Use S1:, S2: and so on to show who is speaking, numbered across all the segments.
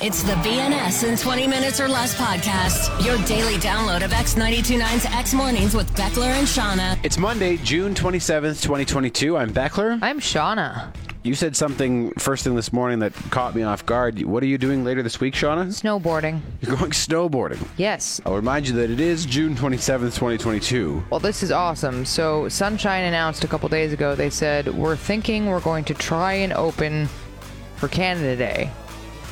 S1: It's the BNS in 20 Minutes or Less podcast, your daily download of X929's X Mornings with Beckler and Shauna.
S2: It's Monday, June 27th, 2022. I'm Beckler.
S3: I'm Shauna.
S2: You said something first thing this morning that caught me off guard. What are you doing later this week, Shauna?
S3: Snowboarding.
S2: You're going snowboarding.
S3: Yes.
S2: I'll remind you that it is June 27th, 2022.
S3: Well, this is awesome. So, Sunshine announced a couple days ago, they said, We're thinking we're going to try and open for Canada Day.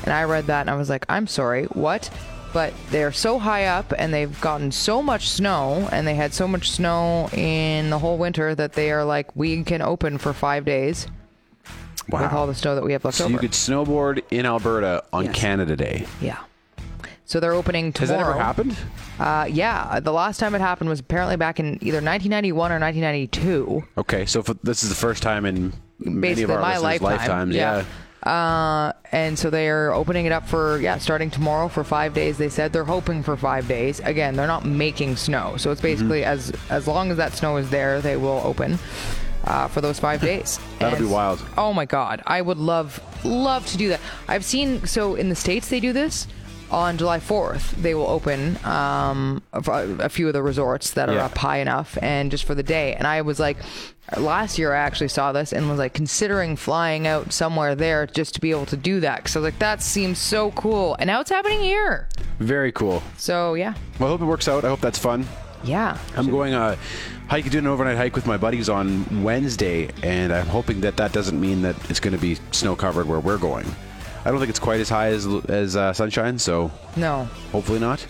S3: And I read that and I was like, I'm sorry, what? But they're so high up and they've gotten so much snow and they had so much snow in the whole winter that they are like, We can open for five days with all the snow that we have left
S2: So
S3: over.
S2: you could snowboard in Alberta on Canada Day.
S3: yeah. So they're opening
S2: Has
S3: tomorrow.
S2: that ever happened?
S3: Uh, yeah, the last time it happened was apparently back in either 1991 or 1992.
S2: Okay, so for, this is the first time in many of
S3: Basically,
S2: our
S3: my
S2: listeners'
S3: lifetime,
S2: lifetimes.
S3: yeah. Uh, and so they are opening it up for yeah, starting tomorrow for five days. They said they're hoping for five days. Again, they're not making snow, so it's
S2: Mm-hmm.
S3: basically as as long as that snow is there, they will open uh, for those five days.
S2: That'll
S3: And-
S2: be wild.
S3: Oh my god, I would love love to do that. I've seen so in the states they do this. On July 4th, they will open um, a, a few of the resorts that are
S2: Yeah.
S3: up high enough and just for the day. And I was like, last year I actually saw this and was like considering flying out somewhere there just to be able to do that. Because I was like, that seems so cool. And now it's happening here.
S2: Very cool.
S3: So yeah.
S2: Well, I hope it works out. I hope that's fun.
S3: Yeah.
S2: I'm going uh, hike, doing an overnight hike with my buddies on Wednesday, and I'm hoping that that doesn't mean that it's going to be snow covered where we're going. I don't think it's quite as high as as uh, sunshine, so
S3: No,
S2: hopefully not.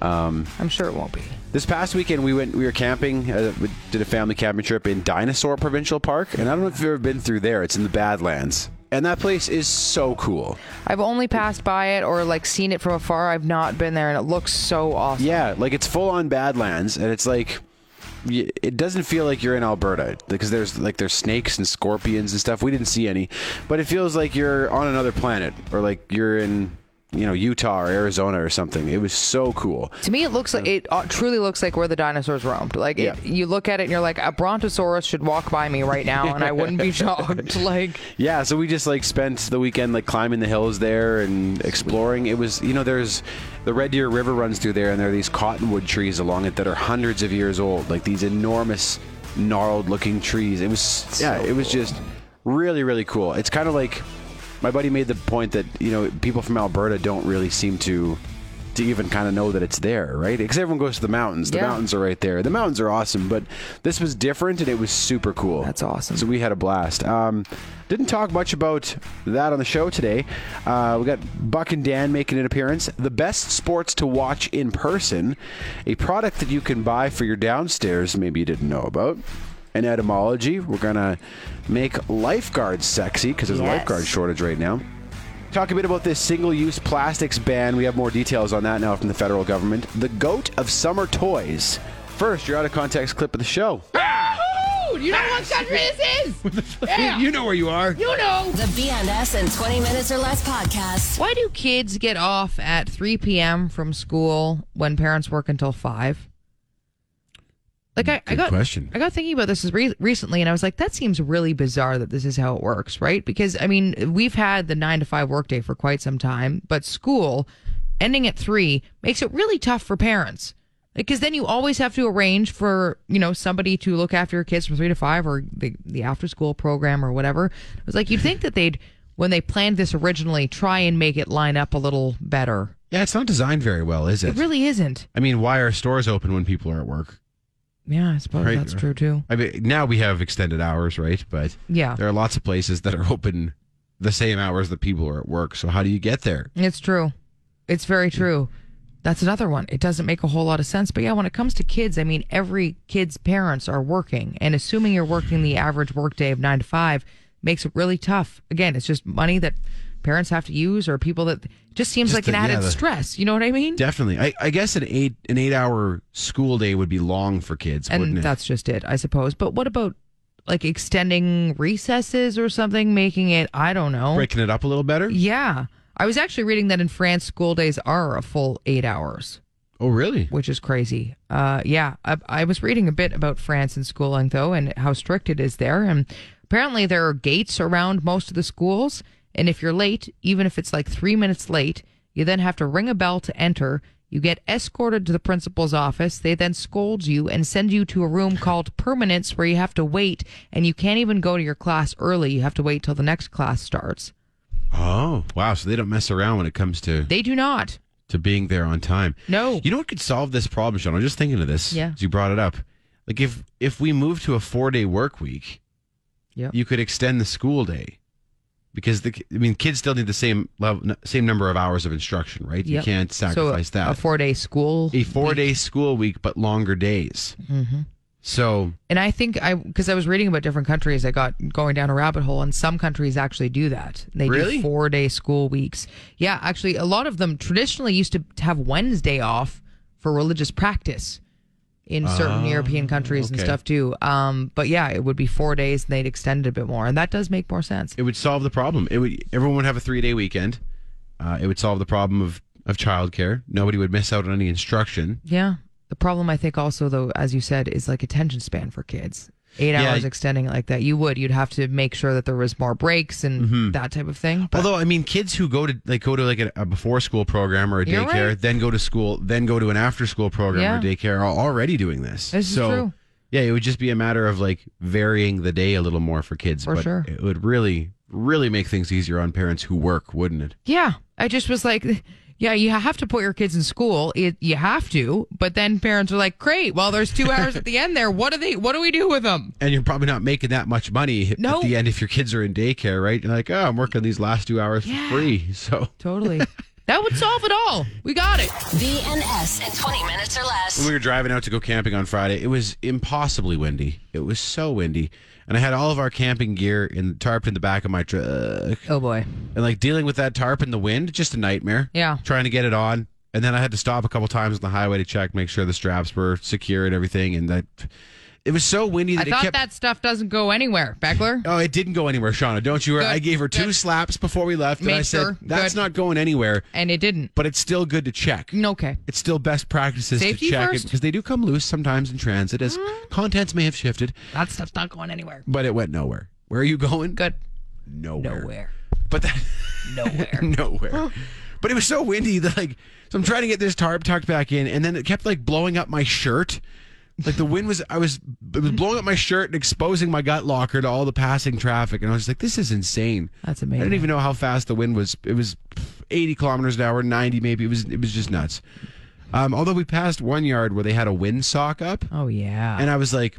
S3: I'm sure it won't be.
S2: This past weekend, we went we were camping. Uh, we did a family camping trip in Dinosaur Provincial Park, and I don't know if you've ever been through there. It's in the Badlands, and that place is so cool.
S3: I've only passed by it or like seen it from afar. I've not been there and it looks so awesome.
S2: Yeah, like it's full on Badlands, and it's like y- it doesn't feel like you're in Alberta because there's like there's snakes and scorpions and stuff. We didn't see any, but it feels like you're on another planet or like you're in you know Utah or Arizona or something. It was so cool.
S3: To me, it looks like it uh, truly looks like where the dinosaurs roamed. Like
S2: Yeah.
S3: it, you look at it and you're like, a brontosaurus should walk by me right now, and I wouldn't be shocked. Like
S2: Yeah, so we just like spent the weekend like climbing the hills there and exploring. It was, you know, there's the Red Deer River runs through there, and there are these cottonwood trees along it that are hundreds of years old, like these enormous, gnarled-looking trees. It was, yeah, it was just really, really cool. It's kind of like my buddy made the point that you know people from Alberta don't really seem to to even kind of know that it's there, right? Because everyone goes to the mountains. The
S3: Yeah.
S2: mountains are right there. The mountains are awesome, but this was different and it was super cool.
S3: That's awesome.
S2: So we had a blast. Um, didn't talk much about that on the show today. Uh, we got Buck and Dan making an appearance. The best sports to watch in person, a product that you can buy for your downstairs. Maybe you didn't know about. An etymology. We're gonna make lifeguards sexy because there's a
S3: Yes.
S2: lifeguard shortage right now. Talk a bit about this single use plastics ban. We have more details on that now from the federal government. The goat of summer toys. First, your out of context clip of the show.
S4: You know what country this is? Yeah.
S5: You know where you are.
S4: You know.
S1: The BNS in 20 Minutes or Less podcast.
S3: Why do kids get off at 3 p.m. from school when parents work until 5? Like I, I
S5: Good
S3: got
S5: question.
S3: I got thinking about this re- recently, and I was like, that seems really bizarre that this is how it works, right? Because I mean, we've had the nine to five workday for quite some time, but school ending at three makes it really tough for parents because then you always have to arrange for you know somebody to look after your kids from three to five or the the after school program or whatever. It was like you'd think that they'd when they planned this originally try and make it line up a little better.
S5: Yeah, it's not designed very well, is it?
S3: It really isn't.
S5: I mean, why are stores open when people are at work?
S3: Yeah, I suppose
S5: Right.
S3: that's true too.
S5: I mean, now we have extended hours, right? But
S3: Yeah.
S5: there are lots of places that are open the same hours that people are at work. So how do you get there?
S3: It's true. It's very true. That's another one. It doesn't make a whole lot of sense. But yeah, when it comes to kids, I mean, every kid's parents are working. And assuming you're working the average workday of nine to five makes it really tough. Again, it's just money that parents have to use or people that just seems
S2: Just
S3: like
S2: the-
S3: an added
S2: yeah, the-
S3: stress. You know what I mean?
S2: Definitely. I, I guess an eight an eight hour school day would be long for kids,
S3: and
S2: wouldn't it?
S3: that's just it, I suppose. But what about like extending recesses or something, making it I don't know.
S2: Breaking it up a little better.
S3: Yeah. I was actually reading that in France school days are a full 8 hours.
S2: Oh, really?
S3: which is crazy. Uh, yeah, I, I was reading a bit about France and schooling though, and how strict it is there. And apparently, there are gates around most of the schools, and if you're late, even if it's like three minutes late, you then have to ring a bell to enter. You get escorted to the principal's office. They then scold you and send you to a room called permanence where you have to wait and you can't even go to your class early. You have to wait till the next class starts.
S2: Oh, wow. So they don't mess around when it comes to
S3: They do not.
S2: to being there on time.
S3: No.
S2: You know what could solve this problem, Sean? I'm just thinking of this.
S3: Yeah.
S2: As you brought it up. Like if if we move to a four day work week,
S3: Yep.
S2: you could extend the school day. Because the ki- I mean, kids still need the same level, n- same number of hours of instruction, right? You
S3: Yep.
S2: can't sacrifice
S3: so a-
S2: that.
S3: A four day school.
S2: a four day school week, but longer days. Mm-hmm. So
S3: And I think I, because I was reading about different countries, I got going down a rabbit hole, and some countries actually do that. They
S2: Really?
S3: do four day school weeks. Yeah, actually, a lot of them traditionally used to have Wednesday off for religious practice in certain European countries and
S2: Ah, okay.
S3: stuff too. Um, but yeah, it would be four days, and they'd extend it a bit more, and that does make more sense.
S2: it would solve the problem. It would everyone would have a three day weekend. Uh, it would solve the problem of of childcare. Nobody would miss out on any instruction.
S3: yeah, the problem I think also though, as you said, is like attention span for kids. Eight
S2: Yeah.
S3: hours extending it like that, you would you'd have to make sure that there was more breaks and
S2: Mm-hmm.
S3: that type of thing. But-
S2: Although I mean, kids who go to like go to like a, a before school program or a
S3: You're
S2: daycare,
S3: right.
S2: then go to school, then go to an after school program or
S3: Yeah.
S2: daycare, are already doing this.
S3: This is
S2: so,
S3: true.
S2: Yeah, it would just be a matter of like varying the day a little more for kids.
S3: For
S2: but
S3: sure.
S2: it would really, really make things easier on parents who work, wouldn't it?
S3: Yeah, I just was like, yeah, you have to put your kids in school. It, you have to, but then parents are like, great. Well, there's two hours at the end there. What do they? What do we do with them?
S2: And you're probably not making that much money at
S3: No.
S2: the end if your kids are in daycare, right? You're like, oh, I'm working these last two hours
S3: Yeah.
S2: for free. So
S3: Totally. that would solve it all. We got it.
S1: BNS in 20 minutes or
S2: When
S1: less.
S2: we were driving out to go camping on Friday, it was impossibly windy. It was so windy. And I had all of our camping gear in tarped in the back of my truck.
S3: Oh boy.
S2: And like dealing with that tarp in the wind, just a nightmare.
S3: Yeah.
S2: Trying to get it on. And then I had to stop a couple times on the highway to check, make sure the straps were secure and everything. And that it was so windy
S3: I
S2: that
S3: thought
S2: it kept.
S3: that stuff doesn't go anywhere, Beckler.
S2: Oh, it didn't go anywhere, Shauna. Don't you worry.
S3: Good,
S2: I gave her two
S3: good.
S2: slaps before we left,
S3: Made
S2: and I said,
S3: sure,
S2: "That's
S3: good.
S2: not going anywhere."
S3: And it didn't. Mm,
S2: But it's still good to check.
S3: Okay.
S2: It's still best practices
S3: Safety
S2: to check
S3: first.
S2: because they do come loose sometimes in transit, as contents may have shifted.
S3: That stuff's not going anywhere.
S2: But it went nowhere. Where are you going?
S3: Good.
S2: Nowhere.
S3: Nowhere.
S2: But that
S3: Nowhere.
S2: nowhere. But it was so windy that like so I'm trying to get this tarp tucked back in and then it kept like blowing up my shirt. Like the wind was I was it was blowing up my shirt and exposing my gut locker to all the passing traffic and I was like this is insane.
S3: That's
S2: I
S3: amazing.
S2: didn't even know how fast the wind was. It was 80 kilometers an hour, 90 maybe. It was it was just nuts. Um, although we passed one yard where they had a windsock up
S3: Oh yeah.
S2: and I was like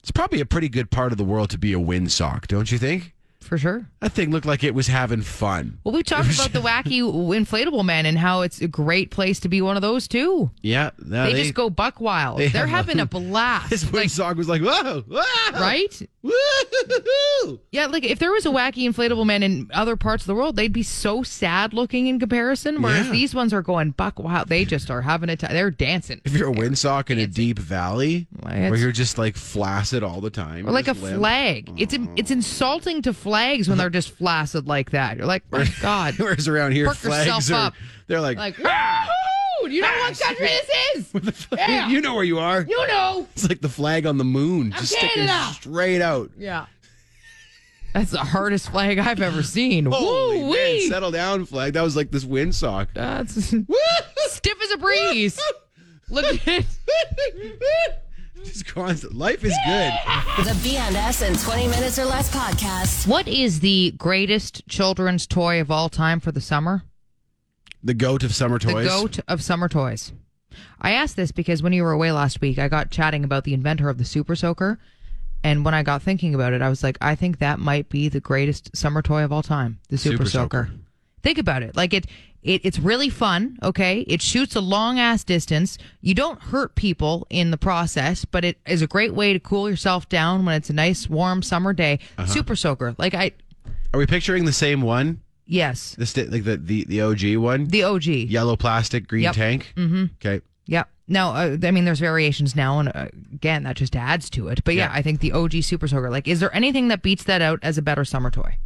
S2: it's probably a pretty good part of the world to be a windsock, don't you think?
S3: For sure.
S2: That thing looked like it was having fun.
S3: Well, we talked about the wacky inflatable man and how it's a great place to be one of those too.
S2: Yeah, no,
S3: they, just go buck wild.
S2: they
S3: They are
S2: have a-
S3: having a blast.
S2: His wind
S3: Like,
S2: song was like, whoa, whoa,
S3: right?
S2: woo-hoo-hoo."
S3: Yeah, like if there was a wacky inflatable man in other parts of the world, they'd be so sad looking in comparison. Whereas
S2: Yeah.
S3: these ones are going buck wild. They just are having a time. They're dancing.
S2: If you're a windsock in a deep valley
S3: Well,
S2: where
S3: it's-
S2: you're just like flaccid all the time,
S3: Or like a
S2: just limp,
S3: flag. It's in, it's insulting to flags when they're just flaccid like that. You're like, my God.
S2: Whereas around here,
S3: Perk
S2: flags
S3: yourself
S2: are.
S3: up.
S2: They're like,
S3: Like, woohoo! You know what country this is? Yeah.
S2: you know where you are.
S3: You know.
S2: It's like the flag on the moon, just sticking
S3: Canada.
S2: straight out.
S3: Yeah. That's the hardest flag I've ever seen.
S2: Holy
S3: Woo
S2: man,
S3: wee!
S2: settle down, flag. That was like this windsock.
S3: That's stiff as a breeze. Legit.
S2: Just constant. Life is good.
S1: The BNS in 20 minutes or less podcast.
S3: What is the greatest children's toy of all time for the summer?
S2: The goat of summer toys.
S3: The goat of summer toys. I asked this because when you were away last week, I got chatting about the inventor of the Super Soaker. And when I got thinking about it, I was like, I think that might be the greatest summer toy of all time, the Super,
S2: Super
S3: Soaker. Think about it. Like it, it it's really fun, okay? It shoots a long ass distance. You don't hurt people in the process, but it is a great way to cool yourself
S2: Uh-huh.
S3: down when it's a nice warm summer day. Super Soaker. Like I
S2: Are we picturing the same one?
S3: Yes.
S2: The sti- like the, the the OG one,
S3: The OG.
S2: yellow plastic, green
S3: Yep.
S2: tank. Mm-hmm. Okay,
S3: Yep. Now, uh, I mean, there's variations now, and uh, again, that just adds to it. But yeah,
S2: Yeah.
S3: I think the OG Super Soaker. Like, is there anything that beats that out as a better summer toy?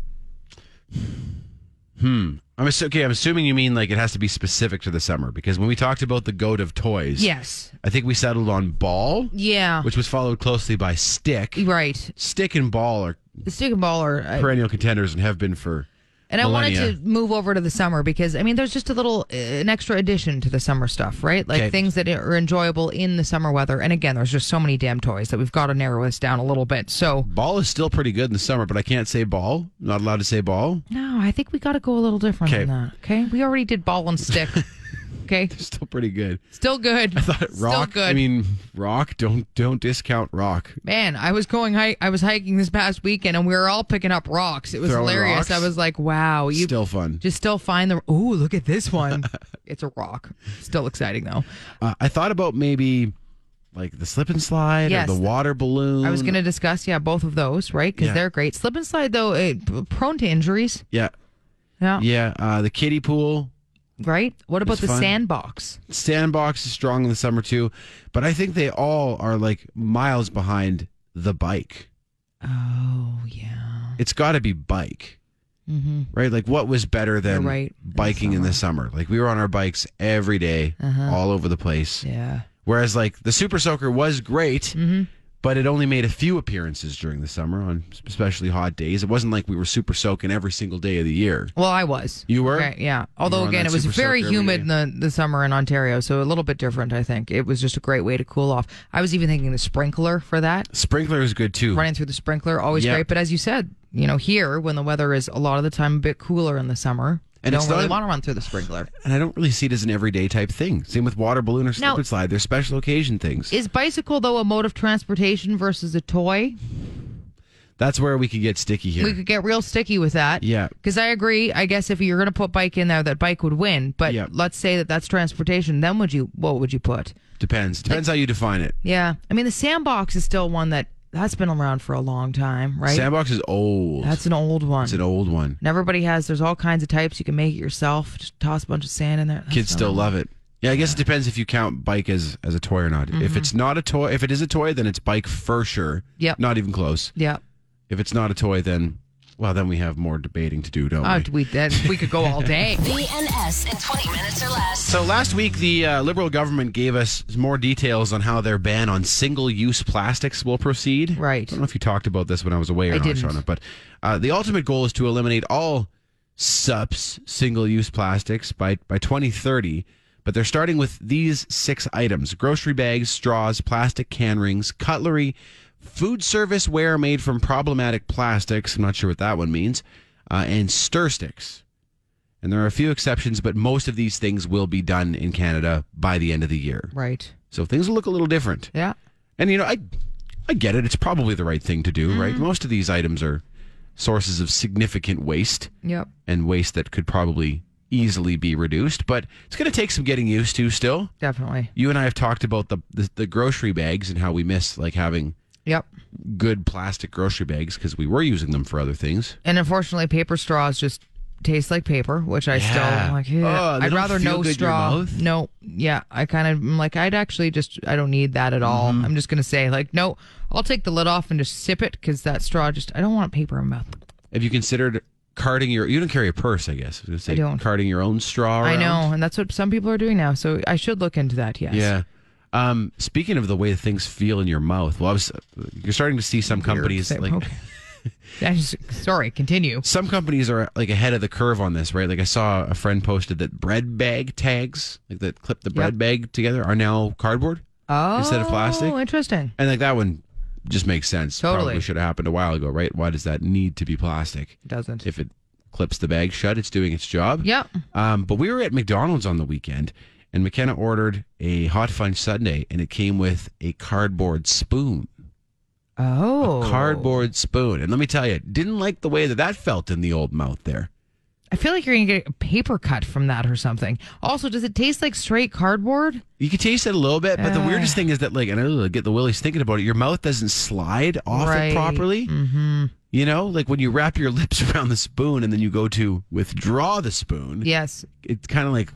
S2: I'm assu- okay. I'm assuming you mean like it has to be specific to the summer because when we talked about the goat of toys,
S3: Yes.
S2: I think we settled on ball,
S3: Yeah.
S2: which was followed closely by stick.
S3: right.
S2: Stick and ball are
S3: The stick and ball are. I-
S2: perennial contenders and have been for.
S3: and I
S2: millennia.
S3: wanted to move over to the summer because I mean, there's just a little, uh, an extra addition to the summer stuff, right? Like
S2: Okay.
S3: things that are enjoyable in the summer weather. And again, there's just so many damn toys that we've got to narrow this down a little bit. So
S2: Ball is still pretty good in the summer, but I can't say ball. Not allowed to say ball.
S3: no, I think we got to go a little different
S2: Okay.
S3: than that. Okay, we already did ball and stick. okay,
S2: Still pretty good.
S3: still good. I
S2: But
S3: still
S2: rock.
S3: good.
S2: I mean, rock. Don't don't discount rock.
S3: Man, I was going hike. I was hiking this past weekend, and we were all picking up rocks. It was
S2: Throwing rocks?
S3: hilarious. I was like, "Wow, you
S2: Still fun.
S3: just still find the oh, look at this one. it's a rock. Still exciting though.
S2: Uh, I thought about maybe like the slip and slide
S3: Yes.
S2: or the water balloon.
S3: I was going to discuss, yeah, both of those, right? Because
S2: Yeah.
S3: they're great. Slip and slide though, eh, p- prone to injuries.
S2: Yeah,
S3: Yeah,
S2: yeah. Uh, the kiddie pool.
S3: right. What about
S2: It's
S3: the
S2: fun.
S3: sandbox?
S2: Sandbox is strong in the summer too, but I think they all are like miles behind the bike.
S3: Oh yeah,
S2: It's got to be bike, right? Like, what was better than
S3: Mm-hmm. You're right, in the
S2: biking in the summer? Like, we were on our bikes every day, all over the place.
S3: Uh-huh. yeah. Mm-hmm.
S2: Whereas, like, the Super Soaker was great, but it only made a few appearances during the summer on especially hot days. It wasn't like we were super soaking every single day of the year.
S3: Well, I was.
S2: You were?
S3: Right, yeah. Although,
S2: on
S3: again,
S2: that
S3: it was
S2: super
S3: very
S2: soaker every
S3: humid in the, the summer in Ontario, so a little bit different, I think. It was just a great way to cool off. I was even thinking the sprinkler for that,
S2: Sprinkler is good too.
S3: running through the sprinkler, always
S2: Yeah.
S3: great. But as you said, you know, here, when the weather is a lot of the time a bit cooler in the summer,
S2: And
S3: and don't
S2: it's not
S3: really
S2: a-
S3: want to run through the sprinkler.
S2: And I don't really see it as an everyday type thing. Same with water balloon or slip
S3: Now-
S2: and slide. They're special occasion things.
S3: Is bicycle, though, a mode of transportation versus a toy?
S2: That's where we could get sticky here.
S3: We could get real sticky with that.
S2: Yeah.
S3: Because I agree. I guess if you're going to put bike in there, that bike would win. But
S2: Yeah.
S3: let's say that that's transportation. Then would you? What would you put?
S2: Depends. Depends how you define it.
S3: Yeah. I mean, the sandbox is still one that that's been around for a long time, right?
S2: Sandbox is old.
S3: that's an old one.
S2: it's an old one.
S3: and everybody has, there's all kinds of types. You can make it yourself. Just toss a bunch of sand in there. That's
S2: Kids
S3: not
S2: still
S3: old.
S2: love it. Yeah, I guess it depends if you count bike as as a toy or not. If it's not a toy, if it is a toy, then it's bike for sure.
S3: Mm-hmm. Yep.
S2: Not even close.
S3: Yeah.
S2: If it's not a toy, then well, then we have more debating to do, don't
S3: Uh,
S2: we?
S3: we, that, we could go all day.
S1: BNS in 20 minutes or less.
S2: So last week, the uh, Liberal government gave us more details on how their ban on single-use plastics will proceed.
S3: Right.
S2: I don't know if you talked about this when I was away or
S3: I
S2: not,
S3: didn't.
S2: Shauna, but uh, the ultimate goal is to eliminate all SUPs, single-use plastics, by by 2030. But they're starting with these six items: grocery bags, straws, plastic can rings, cutlery, food service ware made from problematic plastics. I'm not sure what that one means, uh, and stir sticks. And there are a few exceptions, but most of these things will be done in Canada by the end of the year.
S3: right.
S2: So things will look a little different.
S3: Yeah.
S2: And you know, I I get it. It's probably the right thing to do, right?
S3: Mm-hmm.
S2: Most of these items are sources of significant waste
S3: Yep.
S2: and waste that could probably easily be reduced, but it's going to take some getting used to still.
S3: Definitely.
S2: You and I have talked about the the, the grocery bags and how we miss like having
S3: Yep.
S2: good plastic grocery bags because we were using them for other things.
S3: And unfortunately, paper straws just taste like paper, which I
S2: Yeah.
S3: still like. "Ugh."
S2: Oh, they
S3: I'd
S2: don't
S3: rather
S2: feel
S3: no
S2: good in your
S3: straw.
S2: mouth?
S3: No, yeah, I kind of am like I'd actually just I don't need that at all.
S2: Mm-hmm.
S3: I'm just gonna say like no, I'll take the lid off and just sip it because that straw just I don't want paper in my mouth.
S2: Have you considered carting your? You don't carry a purse, I guess. I was gonna say
S3: I don't.
S2: carting your own straw.
S3: I
S2: around.
S3: know, and that's what some people are doing now. So I should look into that. Yes.
S2: Yeah. Um, speaking of the way things feel in your mouth, well, I was, you're starting to see some companies
S3: Thing.
S2: like
S3: Okay. I just, sorry. Continue.
S2: some companies are like ahead of the curve on this, right? Like I saw a friend posted that bread bag tags, like that clip the bread
S3: Yep.
S2: bag together, are now cardboard
S3: Oh,
S2: instead of plastic,
S3: Interesting.
S2: and like that one just makes sense.
S3: Totally.
S2: Probably should have happened a while ago, right? Why does that need to be plastic?
S3: Doesn't.
S2: If it clips the bag shut, it's doing its job.
S3: Yep.
S2: Um, but we were at McDonald's on the weekend, and McKenna ordered a hot fudge sundae, and it came with a cardboard spoon.
S3: Oh.
S2: Cardboard spoon. And let me tell you, didn't like the way that that felt in the old mouth there.
S3: I feel like you're gonna get a paper cut from that or something. Also, does it taste like straight cardboard?
S2: You can taste it a little bit, but the weirdest thing is that, like, and I really get the willies thinking about it. Your mouth doesn't slide off it
S3: Right.
S2: properly. Mm-hmm. You know, like when you wrap your lips around the spoon and then you go to withdraw the spoon,
S3: Yes.
S2: it's kind of like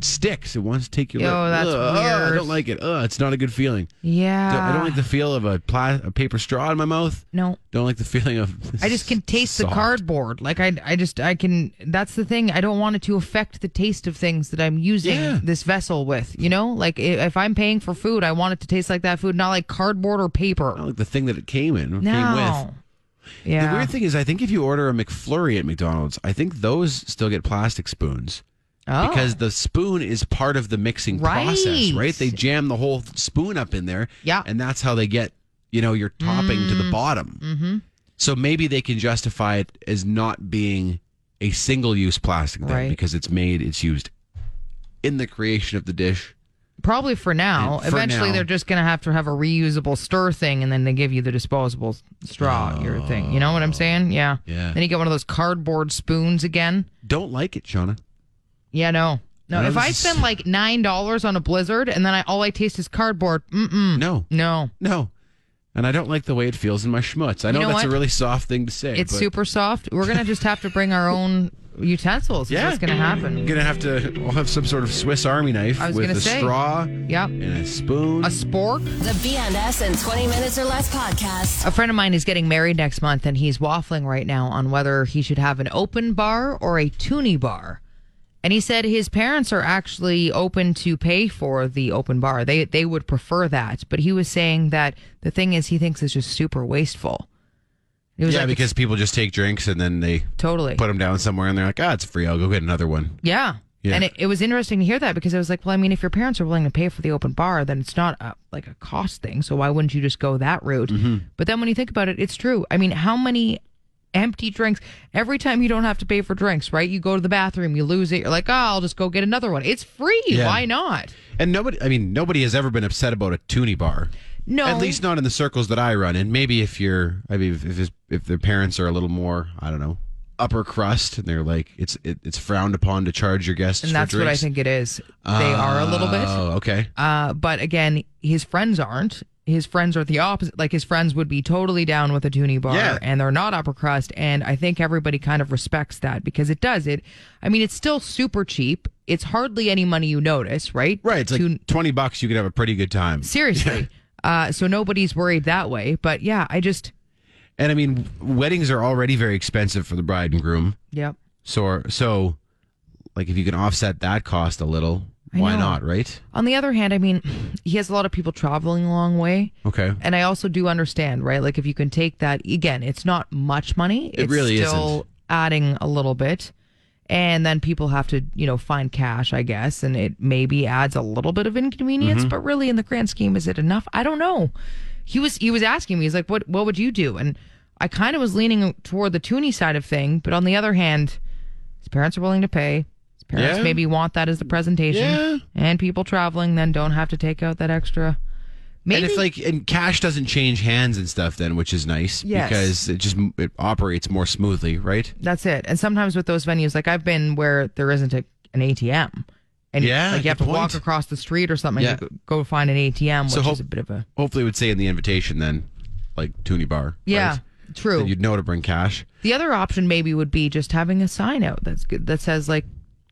S2: sticks. It wants to take your.
S3: Yo,
S2: lip.
S3: Oh, that's
S2: Ugh, ugh, I
S3: weird. Ah.
S2: don't like it. Ugh, it's not a good feeling. Don't-
S3: Yeah.
S2: I don't like the feel of a, pla- a paper straw in my mouth.
S3: No.
S2: Don't like the feeling of.
S3: I just can taste the
S2: soft.
S3: cardboard. Like I, I just, I can. That's the thing. I don't want it to affect the taste of things that I'm using
S2: Yeah.
S3: this vessel with. You know, like i- if I'm paying for food, I want it to taste like that food, not like cardboard or paper.
S2: I don't like the thing that it came in.
S3: no.
S2: Came with.
S3: Yeah.
S2: The weird thing is, I think if you order a McFlurry at McDonald's, I think those still get plastic spoons
S3: oh.
S2: because the spoon is part of the mixing process,
S3: Right.
S2: right? They jam the whole spoon up in there,
S3: Yeah. Mm.
S2: and that's how they get you know your topping to the bottom. Mm-hmm. So maybe they can justify it as not being a single-use plastic then
S3: Right.
S2: because it's made, it's used in the creation of the dish.
S3: probably for now.
S2: For
S3: Eventually,
S2: now.
S3: they're just gonna have to have a reusable stir thing, and then they give you the disposable straw. your thing. You know what I'm saying? Yeah.
S2: Oh. Yeah.
S3: Then you get one of those cardboard spoons again.
S2: Don't like it, Shauna.
S3: Yeah, no. No,
S2: No,
S3: if
S2: this
S3: I
S2: is-
S3: spend like nine dollars on a blizzard and then I all I taste is cardboard, mm-mm,
S2: No,
S3: no,
S2: no. And I don't like the way it feels in my schmutz. I know,
S3: know
S2: that's a
S3: what?
S2: really soft thing to say.
S3: it's
S2: but-
S3: super soft. We're gonna just have to bring our own utensils. Is
S2: Yeah.
S3: what's gonna happen?
S2: I'm gonna have to. I'll have some sort of Swiss Army knife
S3: I was
S2: with
S3: gonna
S2: a
S3: say.
S2: straw
S3: Yep.
S2: and a spoon.
S3: A spork.
S1: The BNS in 20 minutes or less podcast.
S3: A friend of mine is getting married next month, and he's waffling right now on whether he should have an open bar or a toonie bar. And he said his parents are actually open to pay for the open bar. They they would prefer that, but he was saying that the thing is he thinks it's just super wasteful. He was
S2: yeah,
S3: like, it's
S2: because people just take drinks and then they
S3: totally
S2: put them down somewhere and they're like, ah, it's free. I'll go get another one.
S3: Yeah.
S2: Yeah.
S3: And it, it was interesting to hear that because I was like, well, I mean, if your parents are willing to pay for the open bar, then it's not a, like a cost thing. So why wouldn't you just go that route?
S2: Mm-hmm.
S3: But then when you think about it, it's true. I mean, how many empty drinks every time you don't have to pay for drinks, right? You go to the bathroom, you lose it. You're like, oh, I'll just go get another one. It's free.
S2: Yeah.
S3: Why not?
S2: And nobody, I mean, nobody has ever been upset about a toonie bar.
S3: No.
S2: At least not in the circles that I run in. Maybe if you're, I mean, if if, his- if their parents are a little more, I don't know, upper crust, and they're like, it's it, it's frowned upon to charge your guests.
S3: And
S2: for
S3: that's what I
S2: drinks.
S3: think it is. They are a little bit.
S2: Oh, okay.
S3: Uh, but again, his friends aren't. His friends are the opposite. Like his friends would be totally down with a toonie bar,
S2: Yeah.
S3: and they're not upper crust. And I think everybody kind of respects that because it does it. I mean, it's still super cheap. It's hardly any money you notice, right?
S2: Right. It's like
S3: Toon-
S2: twenty bucks. You could have a pretty good time.
S3: seriously. Uh, so nobody's worried that way. But yeah, I just
S2: And I mean, weddings are already very expensive for the bride and groom.
S3: yep.
S2: So, so like if you can offset that cost a little,
S3: I
S2: why
S3: know.
S2: not? Right?
S3: On the other hand, I mean, he has a lot of people traveling a long way.
S2: Okay.
S3: And I also do understand, right? Like if you can take that again, it's not much money. It's
S2: really
S3: still
S2: isn't.
S3: adding a little bit. And then people have to, you know, find cash, I guess, and it maybe adds a little bit of inconvenience,
S2: Mm-hmm.
S3: but really in the grand scheme is it enough? I don't know. He was he was asking me, he's like, "What what would you do?" And I kind of was leaning toward the Toonie side of thing, but on the other hand, his parents are willing to pay. His parents
S2: Yeah.
S3: maybe want that as the presentation.
S2: Yeah.
S3: And people traveling then don't have to take out that extra. Maybe
S2: And if like and cash doesn't change hands and stuff, then which is nice
S3: Yes.
S2: because it just it operates more smoothly, right?
S3: That's it. And sometimes with those venues, like I've been where there isn't a, an ATM, and
S2: Yeah,
S3: like you have to
S2: good
S3: walk
S2: point.
S3: across the street or something
S2: Yeah.
S3: to go- go find an ATM, which
S2: So hope-
S3: is a bit of a
S2: Hopefully, it would say in the invitation then, like Toonie Bar.
S3: yeah,
S2: right?
S3: true.
S2: Then you'd know to bring cash.
S3: the other option maybe would be just having a sign out that's good that says like.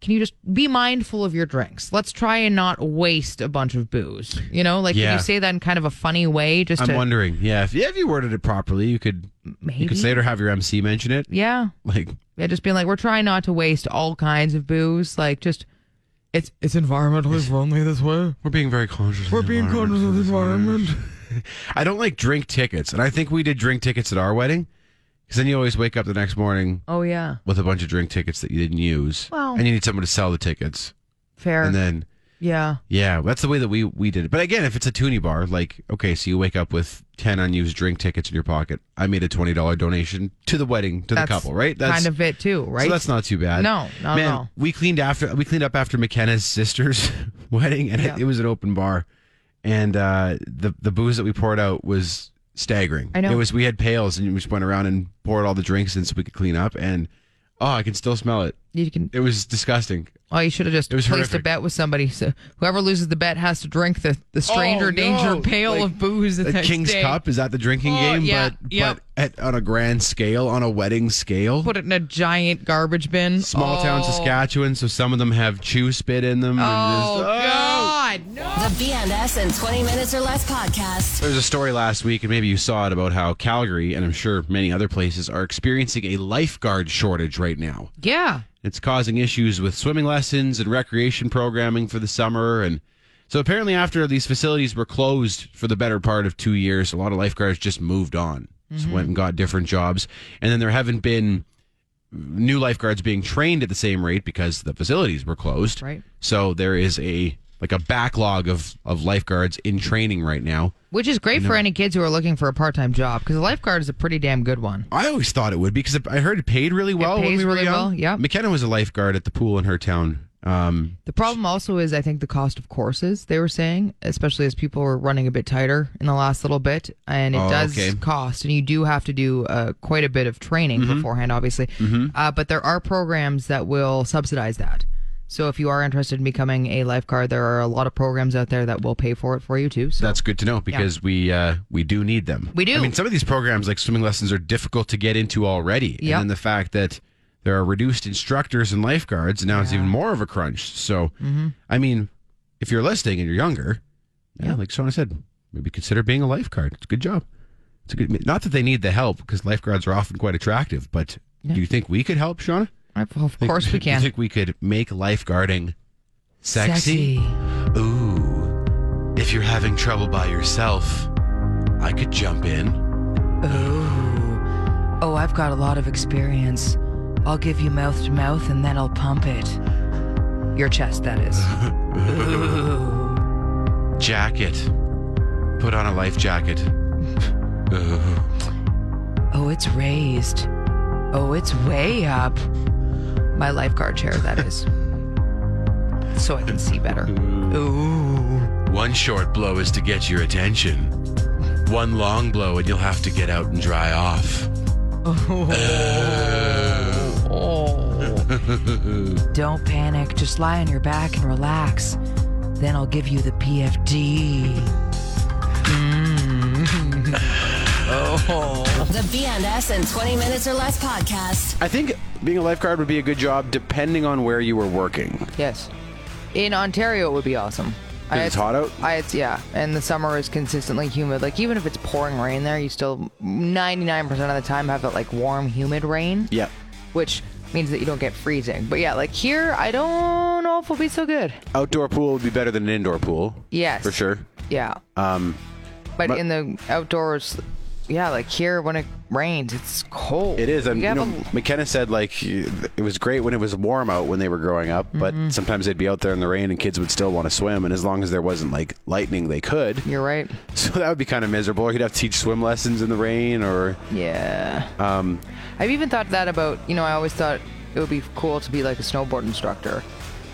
S3: Can you just be mindful of your drinks? Let's try and not waste a bunch of booze. You know, like can
S2: Yeah.
S3: you say that in kind of a funny way? Just
S2: I'm
S3: to,
S2: wondering, yeah, if, yeah, if you worded it properly, you could you
S3: Maybe.
S2: could say it or have your MC mention it,
S3: yeah,
S2: like
S3: yeah, just being like we're trying not to waste all kinds of booze. Like just it's it's environmentally friendly this way.
S2: We're being very conscious. We're
S3: being conscious of the environment.
S2: I don't like drink tickets, and I think we did drink tickets at our wedding because then you always wake up the next morning
S3: Oh yeah,
S2: with a bunch of drink tickets that you didn't use,
S3: Well-
S2: and you need someone to sell the tickets,
S3: fair.
S2: and then
S3: yeah.
S2: yeah, that's the way that we we did it. But again, if it's a toonie bar, like okay, so you wake up with ten unused drink tickets in your pocket. I made a twenty dollar donation to the wedding to the couple, right?
S3: kind of it too, right?
S2: So that's not too bad.
S3: No, not at
S2: Man,
S3: all.
S2: We cleaned after we cleaned up after McKenna's sister's wedding, and
S3: Yeah.
S2: it, it was an open bar, and uh, the the booze that we poured out was staggering.
S3: I know.
S2: it was. We had pails, and we just went around and poured all the drinks in so we could clean up, and Oh, I can still smell it.
S3: You can.
S2: It was disgusting.
S3: Oh, you should have just
S2: It was
S3: placed a
S2: horrific.
S3: bet with somebody. So whoever loses the bet has to drink the, the stranger
S2: Oh, no.
S3: danger pail
S2: Like,
S3: of booze. The,
S2: The
S3: next
S2: King's
S3: day.
S2: Cup is that the drinking
S3: Oh,
S2: game,
S3: yeah,
S2: but
S3: yeah.
S2: but at, on a grand scale, on a wedding scale.
S3: Put it in a giant garbage bin.
S2: Small
S3: oh.
S2: town Saskatchewan, so some of them have chew spit in them.
S3: Oh, God, no.
S1: The BNS in 20 minutes or less podcast.
S2: There was a story last week, and maybe you saw it about how Calgary and I'm sure many other places are experiencing a lifeguard shortage right now.
S3: Yeah.
S2: It's causing issues with swimming lessons and recreation programming for the summer. And so, apparently, after these facilities were closed for the better part of two years, a lot of lifeguards just moved on, just went and got different jobs. And then there haven't been new lifeguards being trained at the same rate because the facilities were closed.
S3: Right.
S2: So, there is a like a backlog of, of lifeguards in training right now.
S3: Which is great for any kids who are looking for a part time job because a lifeguard is a pretty damn good one.
S2: I always thought it would because I heard it paid really well when
S3: pays
S2: we were
S3: really
S2: young.
S3: well, yeah.
S2: McKenna was a lifeguard at the pool in her town. Um,
S3: The problem also is, I think, the cost of courses, they were saying, especially as people were running a bit tighter in the last little bit. And it
S2: Oh,
S3: does
S2: okay. Mm-hmm.
S3: cost, and you do have to do uh, quite a bit of training beforehand, obviously. Uh, but there are programs that will subsidize that. So if you are interested in becoming a lifeguard, there are a lot of programs out there that will pay for it for you, too. So
S2: That's good to know because we uh, we do need them.
S3: We do.
S2: I mean, some of these programs like swimming lessons are difficult to get into already,
S3: Yep.
S2: and then the fact that there are reduced instructors and lifeguards now it's even more of a crunch. So,
S3: Mm-hmm.
S2: I mean, if you're listening and you're younger, yeah, like Shauna said, maybe consider being a lifeguard. It's a good job. It's a good. Not that they need the help because lifeguards are often quite attractive, but do you think we could help, Shauna?
S3: Well, of course we
S2: Do you
S3: can.
S2: think we could make lifeguarding sexy? Ooh, if you're having trouble by yourself, I could jump in.
S3: Oh. Oh, I've got a lot of experience. I'll give you mouth to mouth and then I'll pump it. Your chest, that is.
S2: Jacket. Put on a life jacket.
S3: Oh, it's raised. Oh, it's way up. My lifeguard chair, that is. so I can see better.
S2: One short blow is to get your attention. One long blow, and you'll have to get out and dry off.
S3: Don't panic. Just lie on your back and relax. Then I'll give you the PFD.
S1: The BNS in 20 minutes or less podcast.
S6: I think being a lifeguard would be a good job depending on where you were working.
S3: Yes. In Ontario, it would be awesome. I
S6: it's hot out?
S3: I, it's, yeah, and the summer is consistently humid. Like even if it's pouring rain there, you still 99% of the time have that like warm, humid rain.
S6: Yeah.
S3: Which means that you don't get freezing. But yeah, like here, I don't know if it'll be so good.
S6: Outdoor pool would be better than an indoor pool.
S3: Yes.
S6: For sure.
S3: Yeah.
S6: Um,
S3: But, in the outdoors, yeah, like here when it rains, it's cold.
S6: It is. And,
S3: You
S6: you
S3: have
S6: know,
S3: a-
S6: McKenna said like it was great when it was warm out when they were growing up, but
S3: Mm-hmm.
S6: sometimes they'd be out there in the rain and kids would still want to swim. And as long as there wasn't like lightning, they could.
S3: you're right.
S6: So that would be kind of miserable. You'd have to teach swim lessons in the rain or
S3: Yeah.
S6: um,
S3: I've even thought that about, you know, I always thought it would be cool to be like a snowboard instructor.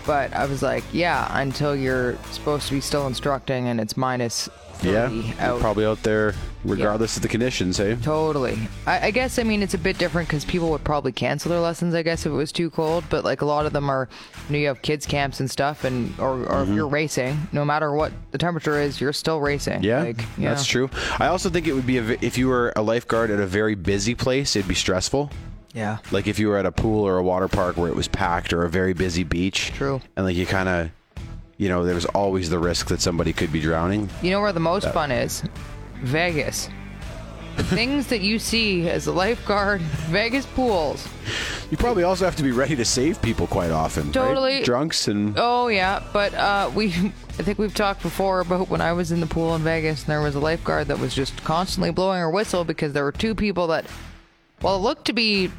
S3: But I was like, yeah, until you're supposed to be still instructing and it's minus 30
S6: yeah,
S3: out.
S6: you're probably out there regardless of the conditions. Hey,
S3: Totally. I, I guess, I mean, it's a bit different because people would probably cancel their lessons, I guess, if it was too cold. But like a lot of them are, you know, you have kids' camps and stuff, and or, or
S6: Mm-hmm.
S3: if you're racing, no matter what the temperature is, you're still racing.
S6: yeah,
S3: Like,
S6: that's true. I also think it would be a, v- if you were a lifeguard at a very busy place, it'd be stressful.
S3: Yeah.
S6: Like if you were at a pool or a water park where it was packed or a very busy beach.
S3: True.
S6: And like you kind of, you know, there was always the risk that somebody could be drowning.
S3: You know where the most fun is? Vegas. The things that you see as a lifeguard, Vegas pools.
S6: You probably also have to be ready to save people quite often. right?
S3: Totally.
S6: Drunks and
S3: Oh yeah, but uh, we, I think we've talked before about when I was in the pool in Vegas and there was a lifeguard that was just constantly blowing her whistle because there were two people that, well, it looked to be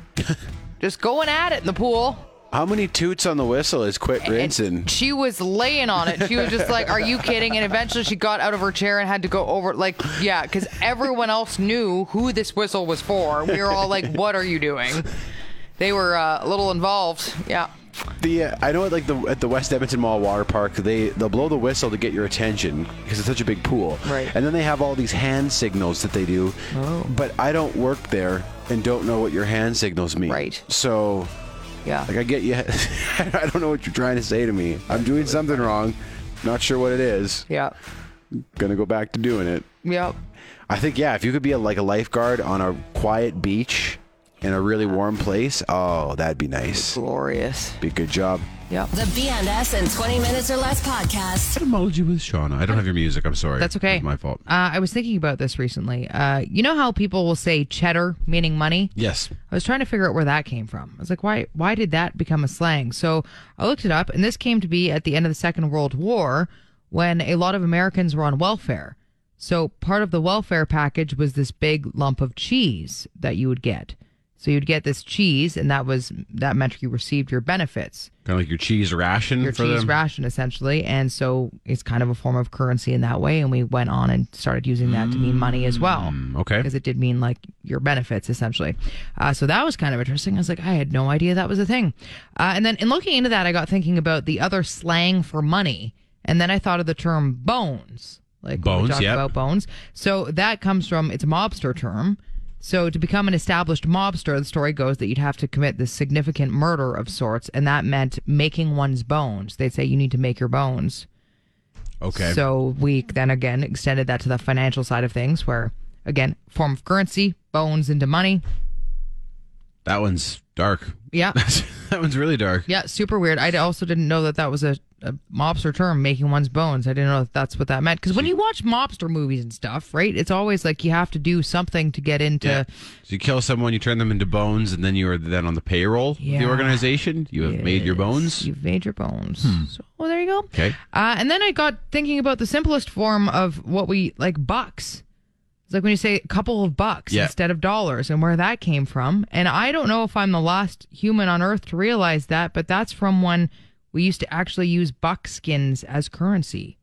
S3: just going at it in the pool.
S6: how many toots on the whistle is quit rinsing?
S3: And she was laying on it. She was just like, "Are you kidding?" And eventually, she got out of her chair and had to go over. Like, yeah, because everyone else knew who this whistle was for. We were all like, "What are you doing?" They were uh, a little involved. Yeah,
S6: The uh, I know at like the at the West Edmonton Mall water park they they'll blow the whistle to get your attention because it's such a big pool.
S3: Right.
S6: And then they have all these hand signals that they do.
S3: Oh.
S6: But I don't work there and don't know what your hand signals mean.
S3: Right.
S6: So
S3: Yeah.
S6: Like I get you. I don't know what you're trying to say to me. I'm doing something wrong. Not sure what it is.
S3: Yeah.
S6: Gonna go back to doing it.
S3: Yep.
S6: I think yeah. If you could be a, like a lifeguard on a quiet beach in a really warm place, oh, that'd be nice.
S3: Glorious.
S6: Be a good job.
S3: Yep.
S1: The BNS in 20 Minutes or Less podcast.
S2: Etymology with Shauna. I don't have your music. I'm sorry.
S3: That's okay.
S2: It's my fault.
S3: Uh, I was thinking about this recently. Uh, you know how people will say cheddar meaning money?
S2: Yes.
S3: I was trying to figure out where that came from. I was like, why why did that become a slang? So I looked it up, and this came to be at the end of the Second World War when a lot of Americans were on welfare. So part of the welfare package was this big lump of cheese that you would get. So you'd get this cheese, and that was that meant you received your benefits,
S2: Kind of like your cheese ration
S3: your
S2: for
S3: cheese
S2: them.
S3: ration essentially. And so it's kind of a form of currency in that way. And we went on and started using that to mean money as well
S2: okay.
S3: because it did mean like your benefits essentially. Uh, so that was kind of interesting. I was like, I had no idea that was a thing. Uh, and then in looking into that, I got thinking about the other slang for money, and then I thought of the term bones, like when we
S2: Bones,
S3: talked
S2: yep.
S3: about bones. So that comes from it's a mobster term. So to become an established mobster, the story goes that you'd have to commit this significant murder of sorts, and that meant making one's bones. They'd say you need to make your bones.
S2: Okay.
S3: So we then again extended that to the financial side of things, where again, form of currency, bones into money.
S2: that one's dark.
S3: Yeah,
S2: that one's really dark.
S3: yeah, super weird. I also didn't know that that was a, a mobster term, making one's bones. I didn't know that that's what that meant. Because when you watch mobster movies and stuff, right, it's always like you have to do something to get into.
S2: Yeah. So you kill someone, you turn them into bones, and then you are then on the payroll of
S3: Yeah.
S2: the organization. You have made your bones. Hmm.
S3: You've made your bones. So well, there you go.
S2: Okay.
S3: Uh, and then I got thinking about the simplest form of what we like bucks. It's like when you say a couple of bucks
S2: Yeah.
S3: instead of dollars and where that came from. And I don't know if I'm the last human on earth to realize that, but that's from when we used to actually use buckskins as currency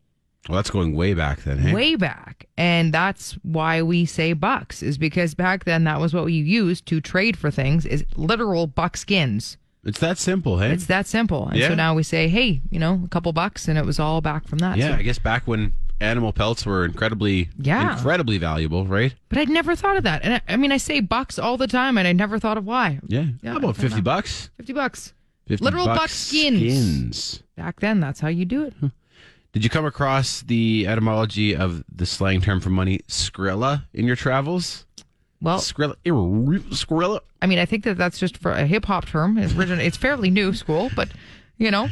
S2: Well, that's going way back then. Hey?
S3: way back. And that's why we say bucks is because back then that was what you used to trade for things is literal buckskins.
S2: It's that simple. Hey.
S3: It's that simple. And
S2: Yeah.
S3: so now we say, hey, you know, a couple bucks, and it was all back from that.
S2: yeah.
S3: So-
S2: I guess back when animal pelts were incredibly,
S3: Yeah.
S2: incredibly valuable, right?
S3: but I'd never thought of that. And I, I mean, I say bucks all the time, and I never thought of why.
S2: Yeah.
S3: Yeah,
S2: How
S3: I
S2: about
S3: don't
S2: fifty
S3: know.
S2: bucks?
S3: 50 bucks.
S2: 50
S3: Literal
S2: bucks
S3: buck skins.
S2: skins.
S3: Back then, that's how you do it.
S2: Did you come across the etymology of the slang term for money, skrilla, in your travels?
S3: Well,
S2: Skrilla, ir- skrilla.
S3: I mean, I think that that's just for a hip hop term. It's, origin- it's fairly new school, but, you know,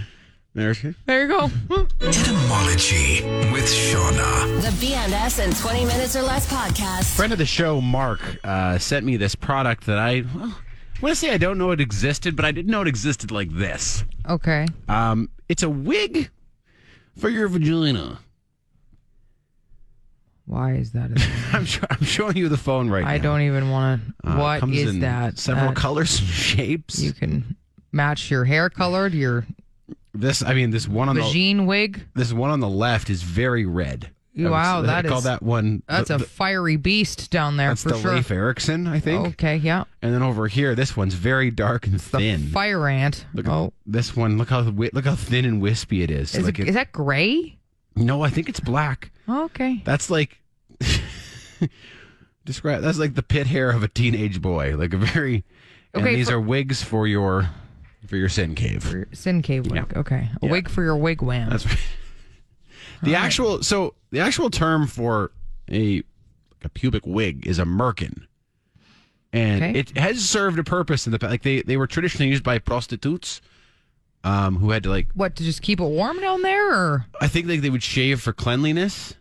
S2: There.
S3: there you go. Hmm.
S7: Etymology with Shauna.
S1: The BNS in 20 Minutes or Less podcast.
S2: Friend of the show, Mark, uh, sent me this product that I well, I want to say I don't know it existed, but I didn't know it existed like this.
S3: okay.
S2: Um, it's a wig for your vagina.
S3: Why is that? a thing?
S2: I'm, sho- I'm showing you the phone right
S3: I
S2: now.
S3: don't even want to.
S2: Uh, it
S3: what
S2: comes
S3: is
S2: in
S3: that?
S2: Several
S3: That-
S2: colors and shapes.
S3: You can match your hair color to your
S2: this, I mean, this one on the
S3: vagine wig.
S2: this one on the left is very red. I would
S3: Wow,
S2: say-
S3: that
S2: I call
S3: is-
S2: that one.
S3: That's
S2: the-
S3: a
S2: the-
S3: fiery beast down there
S2: that's
S3: for
S2: the
S3: sure.
S2: Leif Erikson, I think.
S3: Okay, yeah.
S2: And then over here, this one's very dark and
S3: The
S2: thin.
S3: fire ant.
S2: Look at
S3: oh,
S2: this one. Look how wi- look how thin and wispy it is.
S3: is,
S2: Like
S3: it,
S2: it-
S3: is that gray?
S2: No, I think it's black.
S3: Okay.
S2: That's like describe. That's like the pit hair of a teenage boy. Like a very. And
S3: Okay,
S2: these
S3: for-
S2: are wigs for your for your sin cave.
S3: For Sin cave wig. Okay. A
S2: Yeah.
S3: wig for your wigwam.
S2: That's right. the actual. So the actual term for a a pubic wig is a merkin. And
S3: Okay.
S2: it has served a purpose in the past. Like they, they were traditionally used by prostitutes, um, who had to like
S3: what, to just keep it warm down there or
S2: I think like they would shave for cleanliness,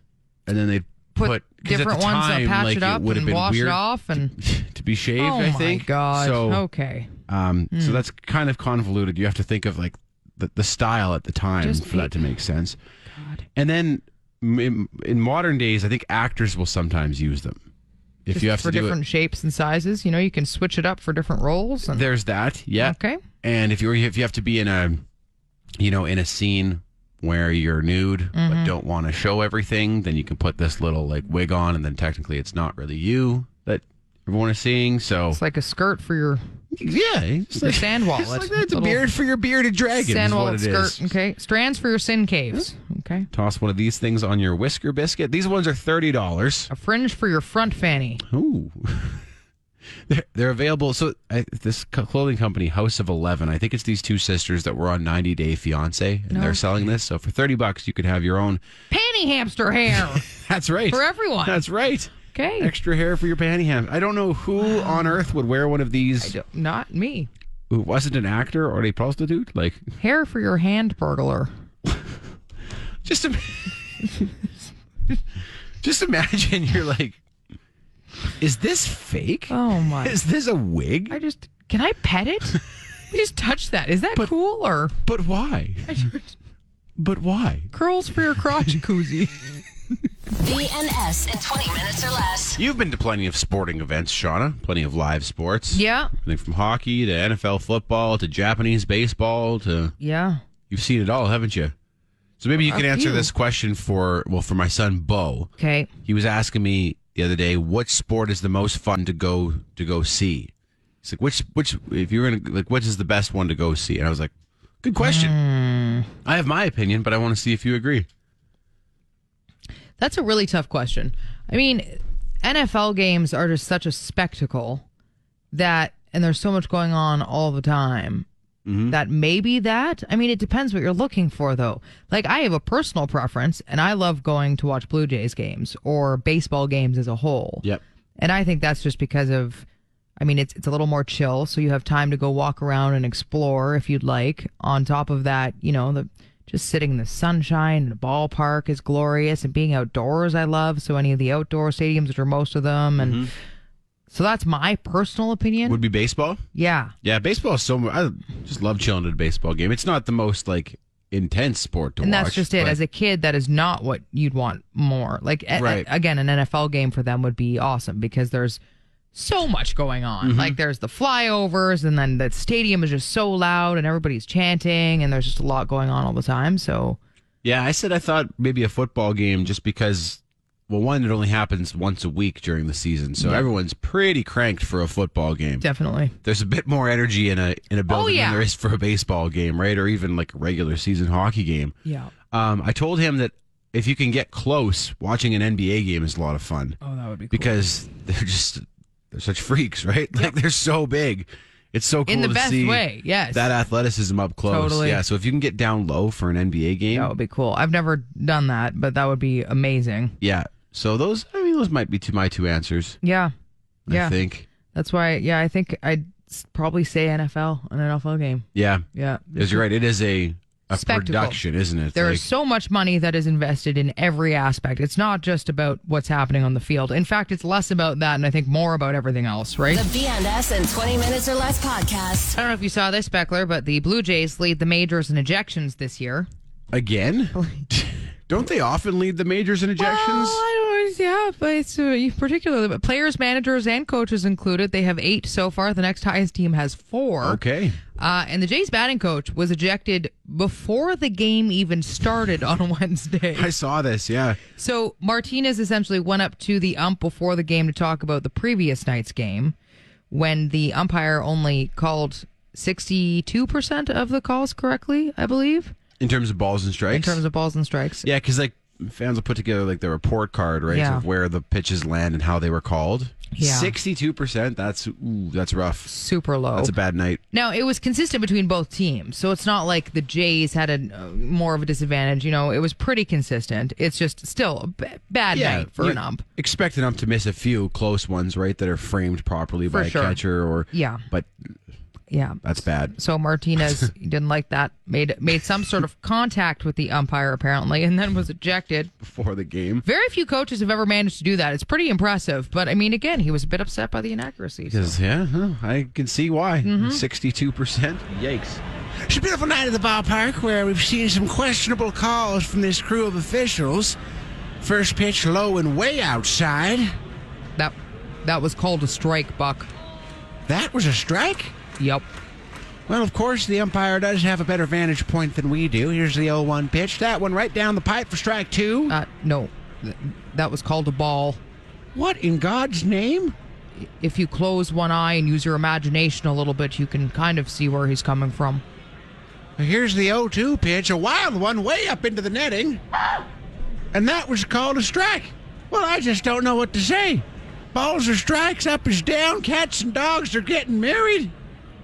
S2: and then they'd
S3: put,
S2: put, 'cause at
S3: different
S2: the
S3: ones
S2: time,
S3: and patch
S2: like,
S3: it up
S2: would have
S3: and
S2: been
S3: wash
S2: weird
S3: it off and
S2: to be shaved.
S3: Oh
S2: I
S3: my Oh,
S2: think.
S3: gosh.
S2: So,
S3: okay.
S2: um, so
S3: Hmm.
S2: that's kind of convoluted. You have to think of like the, the style at the time
S3: Just
S2: for that to
S3: make-
S2: make sense. And then m- in, in modern days, I think actors will sometimes use them if
S3: Just
S2: you have
S3: for
S2: to do
S3: different
S2: it.
S3: shapes and sizes, you know, you can switch it up for different roles and
S2: There's that. Yeah.
S3: Okay.
S2: And if you're if you have to be in a, you know, in a scene where you're nude
S3: Mm-hmm.
S2: but don't want to show everything, then you can put this little like wig on, and then technically it's not really you that everyone is seeing. So
S3: it's like a skirt for your
S2: yeah, it's
S3: your sand
S2: it's
S3: wallet.
S2: like that's a
S3: Little
S2: beard for your bearded dragon. is
S3: Sand
S2: what
S3: wallet
S2: it
S3: skirt.
S2: is. Hmm?
S3: Okay. Strands for your sin caves. Okay.
S2: Toss one of these things on your whisker biscuit. These ones are thirty dollars.
S3: A fringe for your front fanny.
S2: Ooh. They're, they're available. So I, this co- clothing company, House of Eleven, I think it's these two sisters that were on 90 Day Fiance, and they're selling this. So for 30 bucks, you could have your own.
S3: Panty hamster hair.
S2: That's right
S3: For everyone.
S2: That's right.
S3: Okay.
S2: Extra hair for your panty ham. I don't know who on earth would wear one of these
S3: Not me.
S2: who wasn't an actor or a prostitute. Like
S3: Hair for your hand burglar.
S2: just im- just imagine you're like, is this fake?
S3: Oh my.
S2: Is this a wig?
S3: I just can I pet it? I just touch that. Is that cool or
S2: But why? But why?
S3: curls for your crotch koozie?
S1: BNS in 20 minutes or less.
S2: You've been to plenty of sporting events, Shauna. Plenty of live sports.
S3: Yeah.
S2: Everything from hockey to NFL football to Japanese baseball to
S3: Yeah.
S2: you've seen it all, haven't you? So maybe you
S3: A
S2: can answer
S3: few.
S2: this question for well for my son Bo.
S3: Okay.
S2: He was asking me the other day what sport is the most fun to go to go see. He's like, which which if you're gonna like which is the best one to go see? And I was like, good question.
S3: Hmm.
S2: I have my opinion, but I want to see if you agree.
S3: That's a really tough question. I mean, NFL games are just such a spectacle that, and there's so much going on all the time that maybe that. I mean, it depends what you're looking for, though. Like, I have a personal preference, and I love going to watch Blue Jays games or baseball games as a whole. And I think that's just because of, I mean, it's it's a little more chill, so you have time to go walk around and explore if you'd like. On top of that, you know, the just sitting in the sunshine in a ballpark is glorious, and being outdoors I love. So any of the outdoor stadiums, which are most of them, and so that's my personal opinion.
S2: Would be baseball.
S3: yeah,
S2: Yeah, baseball is so. mu- I just love chilling at a baseball game. It's not the most like intense sport to
S3: and
S2: watch.
S3: that's just it.
S2: but-
S3: As a kid, that is not what you'd want more. Like a- a-
S2: Right.
S3: again, an NFL game for them would be awesome because there's so much going on.
S2: Mm-hmm.
S3: Like there's the flyovers, and then the stadium is just so loud, and everybody's chanting, and there's just a lot going on all the time. So
S2: yeah, I said I thought maybe a football game just because. Well, one it only happens once a week during the season, so everyone's pretty cranked for a football game.
S3: definitely,
S2: There's a bit more energy in a in a building
S3: yeah.
S2: than there is for a baseball game, right? Or even like a regular season hockey game.
S3: yeah.
S2: Um, I told him that if you can get close, watching an NBA game is a lot of fun.
S3: Oh, that would be
S2: because they're just they're such freaks, right? Like they're so big. It's so cool
S3: In the
S2: to
S3: best
S2: see
S3: way, yes.
S2: that athleticism up close.
S3: Totally.
S2: Yeah, so if you can get down low for an NBA game,
S3: that would be cool. I've never done that, but that would be amazing.
S2: yeah. So those, I mean, those might be two, my two answers.
S3: Yeah, yeah.
S2: I think.
S3: That's why. Yeah, I think I'd s- probably say NFL, an NFL game.
S2: Yeah,
S3: Yeah,
S2: because you're right. It is a a
S3: Spectacle.
S2: production, isn't it?
S3: There
S2: Like,
S3: is so much money that is invested in every aspect. It's not just about what's happening on the field. In fact, it's less about that and I think more about everything else, right?
S1: The BNS in 20 minutes or less podcast.
S3: I don't know if you saw this, Beckler, but the Blue Jays lead the majors in ejections this year.
S2: again. Don't they often lead the majors in ejections?
S3: I don't know. Yeah, but it's uh, particularly but players, managers, and coaches included. They have eight so far. The next highest team has four.
S2: okay.
S3: Uh, and the Jays batting coach was ejected before the game even started on Wednesday.
S2: I saw this. Yeah.
S3: So Martinez essentially went up to the ump before the game to talk about the previous night's game when the umpire only called 62% of the calls correctly, I believe,
S2: In terms of balls and strikes.
S3: in terms of balls and strikes.
S2: Yeah, because like fans will put together like the report card, right,
S3: Yeah.
S2: of where the pitches land and how they were called.
S3: Yeah.
S2: sixty-two percent. That's ooh, that's rough.
S3: Super low.
S2: That's a bad night.
S3: now, it was consistent between both teams. So it's not like the Jays had a uh, more of a disadvantage, you know, it was pretty consistent. It's just still a b- bad night for
S2: you
S3: an ump.
S2: Expect an ump to miss a few close ones, right, that are framed properly
S3: For
S2: by
S3: sure.
S2: a catcher or
S3: Yeah.
S2: But
S3: Yeah.
S2: that's bad.
S3: So Martinez didn't like that. Made made some sort of contact with the umpire apparently, and then was ejected.
S2: Before the game,
S3: Very few coaches have ever managed to do that. It's pretty impressive. But I mean, again, he was a bit upset by the inaccuracies.
S2: because yeah, huh, I can see why. 62 percent. Yikes.
S7: It's a beautiful night at the ballpark where we've seen some questionable calls from this crew of officials. First pitch low and way outside.
S3: That that was called a strike, Buck.
S7: That was a strike?
S3: Yep.
S7: Well, of course, the umpire does have a better vantage point than we do. Here's the 0 1 pitch. That one right down the pipe for strike two.
S3: Uh, no, th- that was called a ball.
S7: what in God's name?
S3: If you close one eye and use your imagination a little bit, you can kind of see where he's coming from.
S7: Here's the 0 2 pitch, a wild one way up into the netting. And that was called a strike. Well, I just don't know what to say. balls are strikes, up is down, cats and dogs are getting married.